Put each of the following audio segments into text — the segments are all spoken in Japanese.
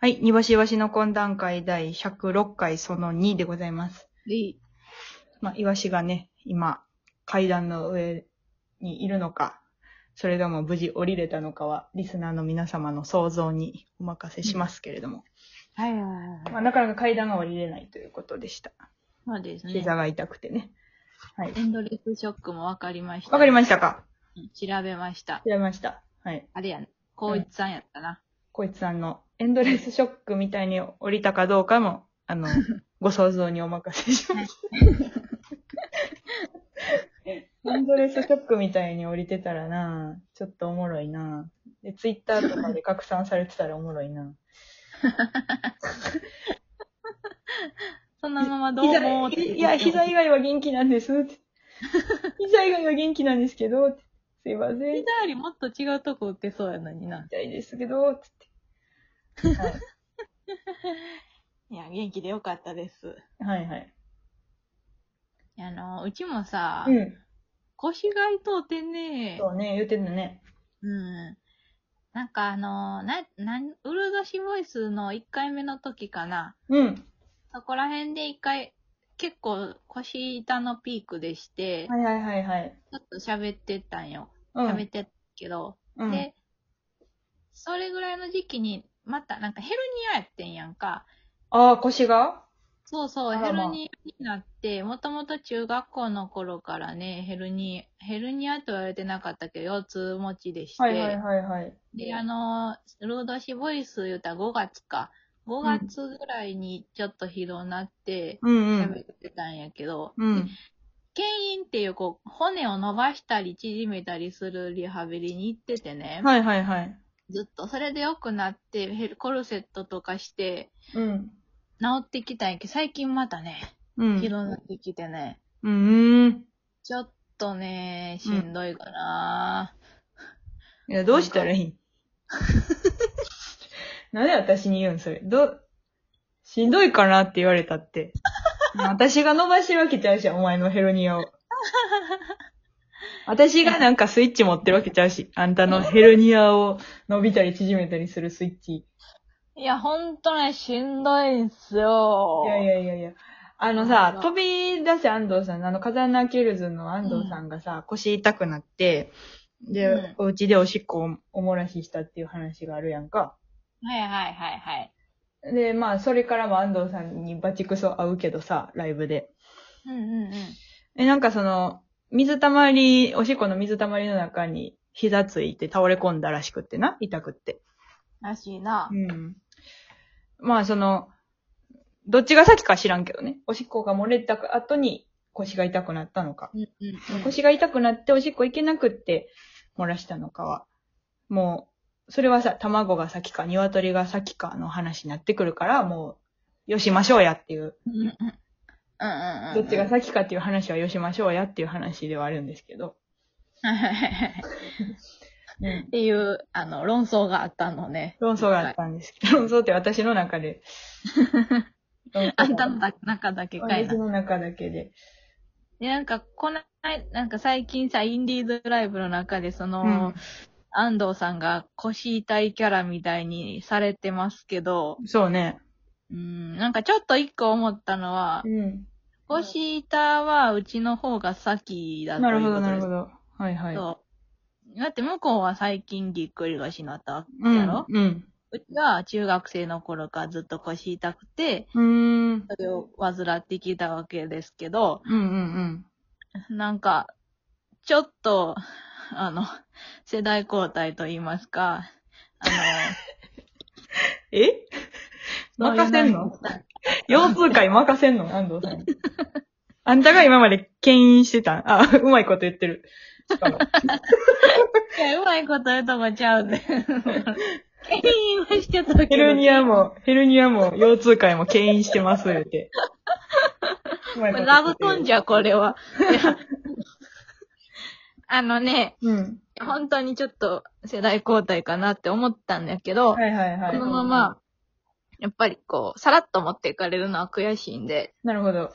はい。煮干しわしの懇談会第106回その2でございます。で、まあ、イワシがね、今、階段の上にいるのか、それとも無事降りれたのかは、リスナーの皆様の想像にお任せしますけれども。はいはいはいまあ、なかなか階段が降りれないということでした。そうですね。膝が痛くてね。はい。エンドレスショックも分かりました。わかりましたか調べました。調べました。はい。あれやね。光一さんやったな。こいつさんのエンドレスショックみたいに降りたかどうかも、あ の、ご想像にお任せします。エンドレスショックみたいに降りてたらなちょっとおもろいなで、ツイッターとかで拡散されてたらおもろいなそのままどうも膝ーって言っていや、膝以外は元気なんです って。膝以外は元気なんですけど、ってすいません。膝みよりもっと違うとこ打ってそうやのにな。たいですけど、つ って。はいいや、元気でよかったです。はいはい。あの、うちもさ、うん。腰が痛うてねそうね、言ってたね。うん。なんかあの、な、なん、ウルドシボイスの1回目の時かな。うん。そこら辺で一回、結構腰痛のピークでして、はいはいはいはい。ちょっと喋ってたんよ。うん。喋ってたけど、うん、で、それぐらいの時期に、またなんかヘルニアやってんやんか。ああ、腰がそうそあう、らヘまあルニアになって、もともと中学校の頃からね、ヘルニア、ヘルニアとは言われてなかったけど、腰痛持ちでして、はいはいはいはい。で、あの、ロードシボイス言うたら5月か。5月ぐらいにちょっとひどなって、うんう喋ん。ってたんやけど、うん。牽引っていう、こう、骨を伸ばしたり縮めたりするリハビリに行っててね、はいはいはい。ずっとそれで良くなって、ヘルコルセットとかして、うん。治ってきたんやけど、最近またね、うん。広がってきてね、うーん。ちょっとね、しんどいかな、いや、どうしたらいいなんで私に言うんそれ。ど、しんどいかなって言われた って。私が伸ばしてるわけちゃうし、お前のヘルニアを。私がなんかスイッチ持ってるわけちゃうし、あんたのヘルニアを伸びたり縮めたりするスイッチ。いや、ほんとね、しんどいんすよ。いやいやいやいや。あのさ、飛び出せ安藤さん、あの、風穴キュルズの安藤さんがさ、腰痛くなって、で、うんお家でおしっこをおもらししたっていう話があるやんか。はいはいはいはい。で、まあ、それからも安藤さんにバチクソ会うけどさ、ライブで。うんうんうん。え、なんかその、水たまり、おしっこの水たまりの中に膝ついて倒れ込んだらしくってな、痛くって。らしいなう。ん。まあ、その、どっちが先か知らんけどね。おしっこが漏れた後に腰が痛くなったのか。うんうんうん。腰が痛くなっておしっこ行けなくって漏らしたのかは、もう、それはさ、卵が先か鶏が先かの話になってくるから、もう、よしましょうやっていう、うんうんうんうんうん。どっちが先かっていう話はよしましょうやっていう話ではあるんですけど。はいはいはいはい。うんっ。ていう、あの、論争があったのね。論争があったんですけど、 論争って私の中で。論争があんたの中だけかいな私。の中だけで。で、なんか、この間、なんか最近さ、インディーズライブの中で、その、安藤さんが腰痛いキャラみたいにされてますけど、そうね。うん、なんかちょっと一個思ったのは、うん。腰痛はうちの方が先だとないうるほことど、です。なるほど。はいはい。そう。だって向こうは最近ぎっくり腰になったわけうやんろ、。うん。うちは中学生の頃からずっと腰痛くて、うーん。それを患ってきたわけですけど、うんうんうん。なんか、ちょっと、あの、世代交代と言いますか、あ えの、任せん のそういうなんか腰痛会任せんの安藤さん。 あんたが今まで牽引してたんあ、 うまいこと言ってる。し かも。いや、うまいこと言うとこちゃうね。牽引はしてたけど。ヘルニアも、ヘルニアも腰痛会も牽引してます、言う て。うまこれラブトンじゃゃ、これは。いやあのね、うん。本当にちょっと世代交代かなって思ったんだけど、はいはいはい。このまま、やっぱりこう、さらっと持っていかれるのは悔しいんで、なるほど。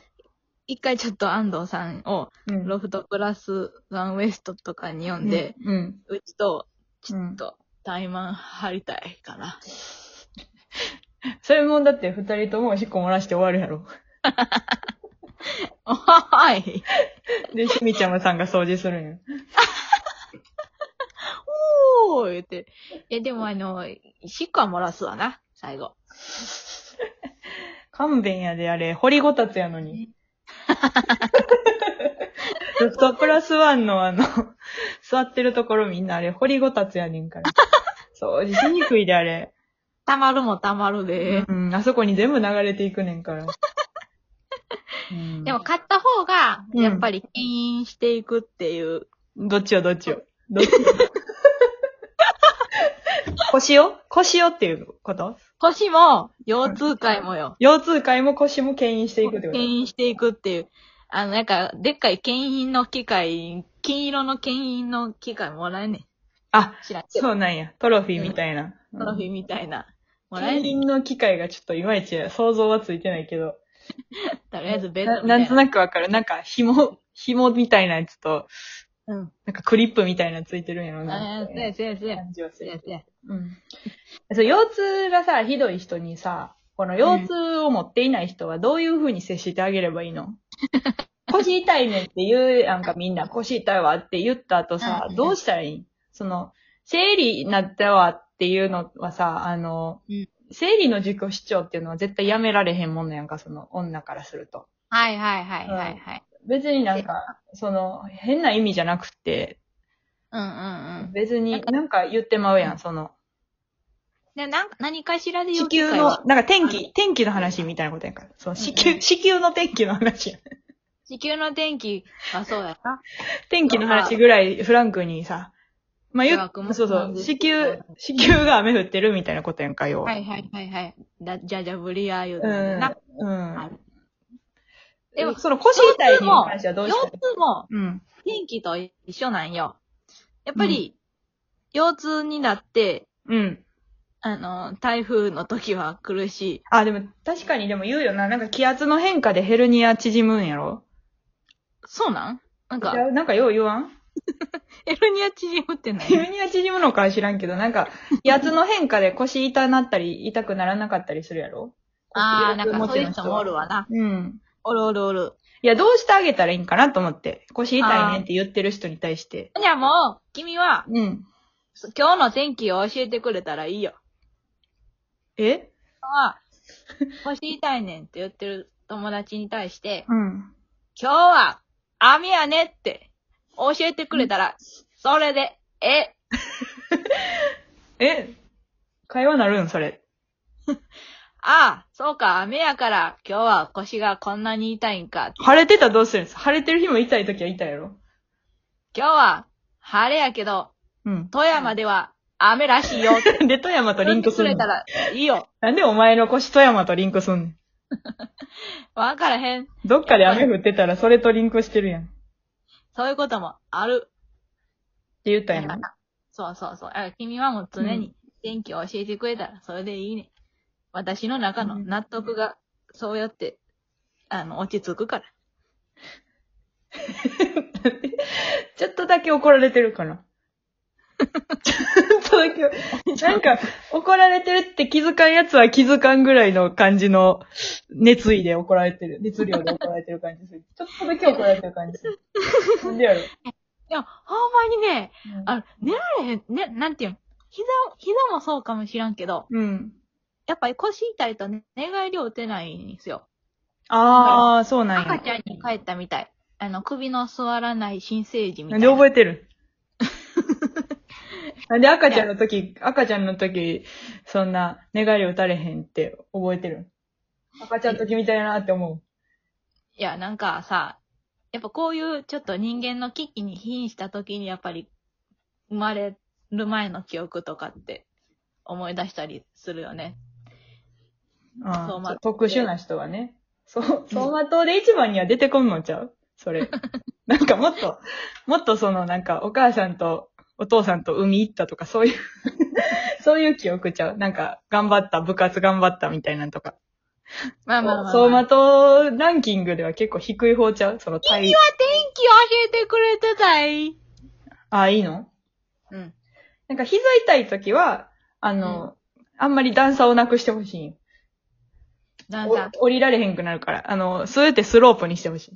一回ちょっと安藤さんを、うん。ロフトプラスワンウエストとかに読んで、うん。うちと、うちょんっ。と、怠慢張りたいから。それもだって二人ともおしっこ漏らして終わるやろ。おはい。で、しみちゃまさんが掃除するんや。 おー言って。いや、でもあの、しっこは漏らすわな、最後。勘弁やであれ、掘りごたつやのに。ロフトプラスワンのあの、座ってるところみんなあれ、掘りごたつやねんから。掃除しにくいであれ。たまるもたまるで。うん、あそこに全部流れていくねんから。うんでも、買った方が、うんやっぱり、牽引していくっていう。どっちよ、どっちよ。どっちよ。腰よ腰よっていうこと腰も、腰痛会もよ。腰痛会も腰も牽引していくってこと牽引していくっていう。あの、なんか、でっかい牽引の機械、金色の牽引の機械もらえんねん。あ、知らんけど。そうなんや。トロフィーみたいな。トロフィーみたいな。もらえん近ねん。隣の機会がちょっといまいち想像はついてないけど。とりあえずベッなドみたないんとなくわかる。なんか紐、紐みたいなやつと、うん。なんかクリップみたいなのついてるんやろあな。あ、せやせやせや。感じはすせやる。せや。うん。そう、腰痛がさ、ひどい人にさ、この腰痛を持っていない人はどういう風に接してあげればい いの腰痛いねんって言う、なんかみんな腰痛いわって言った後さう、んどうしたらいいんその、生理なったわっていうのはさ、あの、うん生理の自己主張っていうのは絶対やめられへんもんなんやんか、その女からすると。はいはいはいはいはい。別になんか、その、変な意味じゃなくて、うんうんうん。別なにんかなんか言ってまうやん、その、で、なんか、何かしらで地陽気球会のを、なんか天気、天気の話みたいなことやんか。そう、地球、地球の天気の話 やん。地球の天気がそうやな。天気の話ぐらいフランクにさ、まあ、言科学う、もそうそ学んう、で地球、地球が雨降ってるみたいなことやんか、要は。はいはいはいはい。だじゃじゃぶりや言ううてん。な。うん。ででも、もその腰痛いに関してはどう腰したらいい痛もうん。天気と一緒なんよ。やっぱり、腰痛になって、うん。あの、台風の時は苦しい。あ、でも、確かにでも言うよな、なんか気圧の変化でヘルニア縮むんやろそうなんなんかい、やなんかよう言わんエルニア縮むってなヘ いルニア縮むのかは知らんけど、 なんか、気圧の変化で腰痛なったり、痛くならなかったりするやろああ、なんかそういう腰痛持人ちのもおるわな。うん。おるおるおる。いや、どうしてあげたらいいんかなと思って。腰痛いねんって言ってる人に対して。じゃあもう、君は、うん。今日の天気を教えてくれたらいいよ。えは、腰痛いねんって言ってる友達に対して、うん。今日は雨やねって教えてくれたら、それで、え、え会話なるんそれ。ああ、そうか、雨やから今日は腰がこんなに痛いんか。腫れてたらどうするんです腫れてる日も痛い時は痛いやろ今日は晴れやけど、うん。富山では雨らしいよって で、富山とリ言ンってクすくるれのたらいいよ。なんでお前の腰富山とリンクすんねんわからへん。どっかで雨降ってたらそれとリンクしてるやん。ってそういうこともある。言ったやだかん。ら そうそうそう。だから君はもう常に天気を教えてくれたらそれでいいね。私の中の納得が、そうやって、あの、落ち着くから。ちょっとだけ怒られてるか な。ちょっとだけ、なんか、怒られてるって気づかんやつは気づかんぐらいの感じの熱意で怒られてる。熱量で怒られてる感じする。ちょっとだけ怒られてる感じする。なん でやろ。いや、ほんまにね、あの、寝られへん、ね、なんていうん、膝を、膝もそうかもしらんけど、うん。やっぱり腰痛いとね、寝返りを打てないんですよ。あー、そうなん赤や。ちゃんに帰ったみたい。あの、首の座らない新生児みなたいんな。で覚えて るなんで赤ちゃんの時、赤ちゃんの時、そんな、寝返り打たれへんって覚えてる赤ちゃんの時みたいやなって思う。いや、なんかさ、やっぱこういうちょっと人間の危機に瀕した時にやっぱり生まれる前の記憶とかって思い出したりするよね。ああ走馬灯で特殊な人はね。そう、走馬灯で一番には出てこんのちゃうそ れ。なんかもっと、もっとそのなんかお母さんとお父さんと海行ったとかそう いう、そういう記憶ちゃうなんか頑張った、部活頑張ったみたいなのとか。まあまあまあ、まあ。走馬灯ランキングでは結構低い方ちゃうその体位。天気教えてくれてたい。ああ、いいのうん。なんか膝痛い時は、あの、あんまり段差をなくしてほしいんよ。だんだん。お降りられへんくなるから。あの、すべてスロープにしてほしい。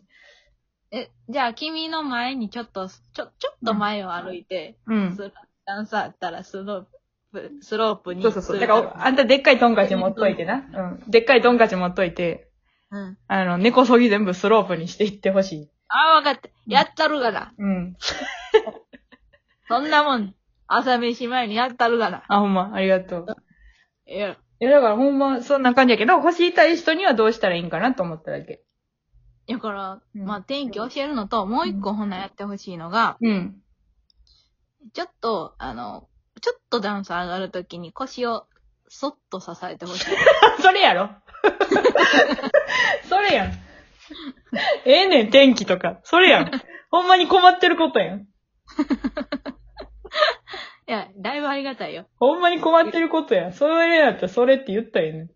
え、じゃあ君の前にちょっと、ちょ、ちょっと前を歩いて、うんス。ラダンサーあったらスロープ、スロープに。そうそうそう。だから、あんたでっかいトンカチ持っといてな。うん。でっかいトンカチ持っといて、うん。あの、根こそぎ全部スロープにしていってほしい。ああ、わかった。やったるがな。うん。そんなもん、朝飯前にやったるがな。あ、ほんま、ありがとう。いや、いや、だからほんま、そんな感じやけど、腰痛い人にはどうしたらいいんかなと思っただけ。だから、うんまあ、天気教えるのと、もう一個ほなやってほしいのが、うん。ちょっと、あの、ちょっとダンス上がるときに腰をそっと支えてほ し い。それやろそれやん。ええねん、天気とか。それやん。ほんまに困ってることやん。いや、だいぶありがたいよ。ほんまに困ってることやん。それやったらそれって言ったらええねん。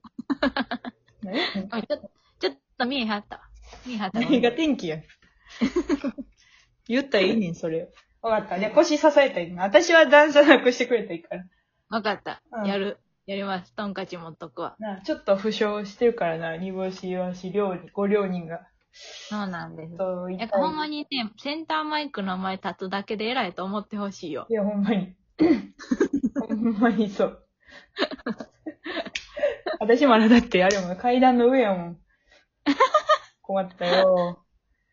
何あちょっと、ちょっと見えはった。見えはった。何が天気やん。言ったらいいねん、それを。わかった。じゃあ腰支えたらいいな。私は段差なくしてくれたらいいから。わかったう。んやる。やります。トンカチ持っとくわ。なあちょっと負傷してるからな、煮干し、イワシ、料理、ご両人が。そうなんです。そう、やっぱほんまにね、センターマイクの前立つだけで偉いと思ってほしいよ。いや、ほんまに。 ほんまにそう。私もあれだって、あれも階段の上やも ん。困ったよ。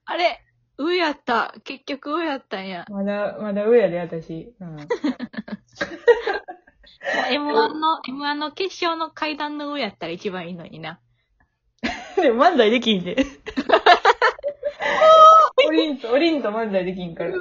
あれ上やった結局上やったんや。まだ、まだ上やで、私。うん。 M1 の、M1 の決勝の階段の上やったら一番いいのにな。 でも漫才できんで。おりんと、おりんと漫才できんから。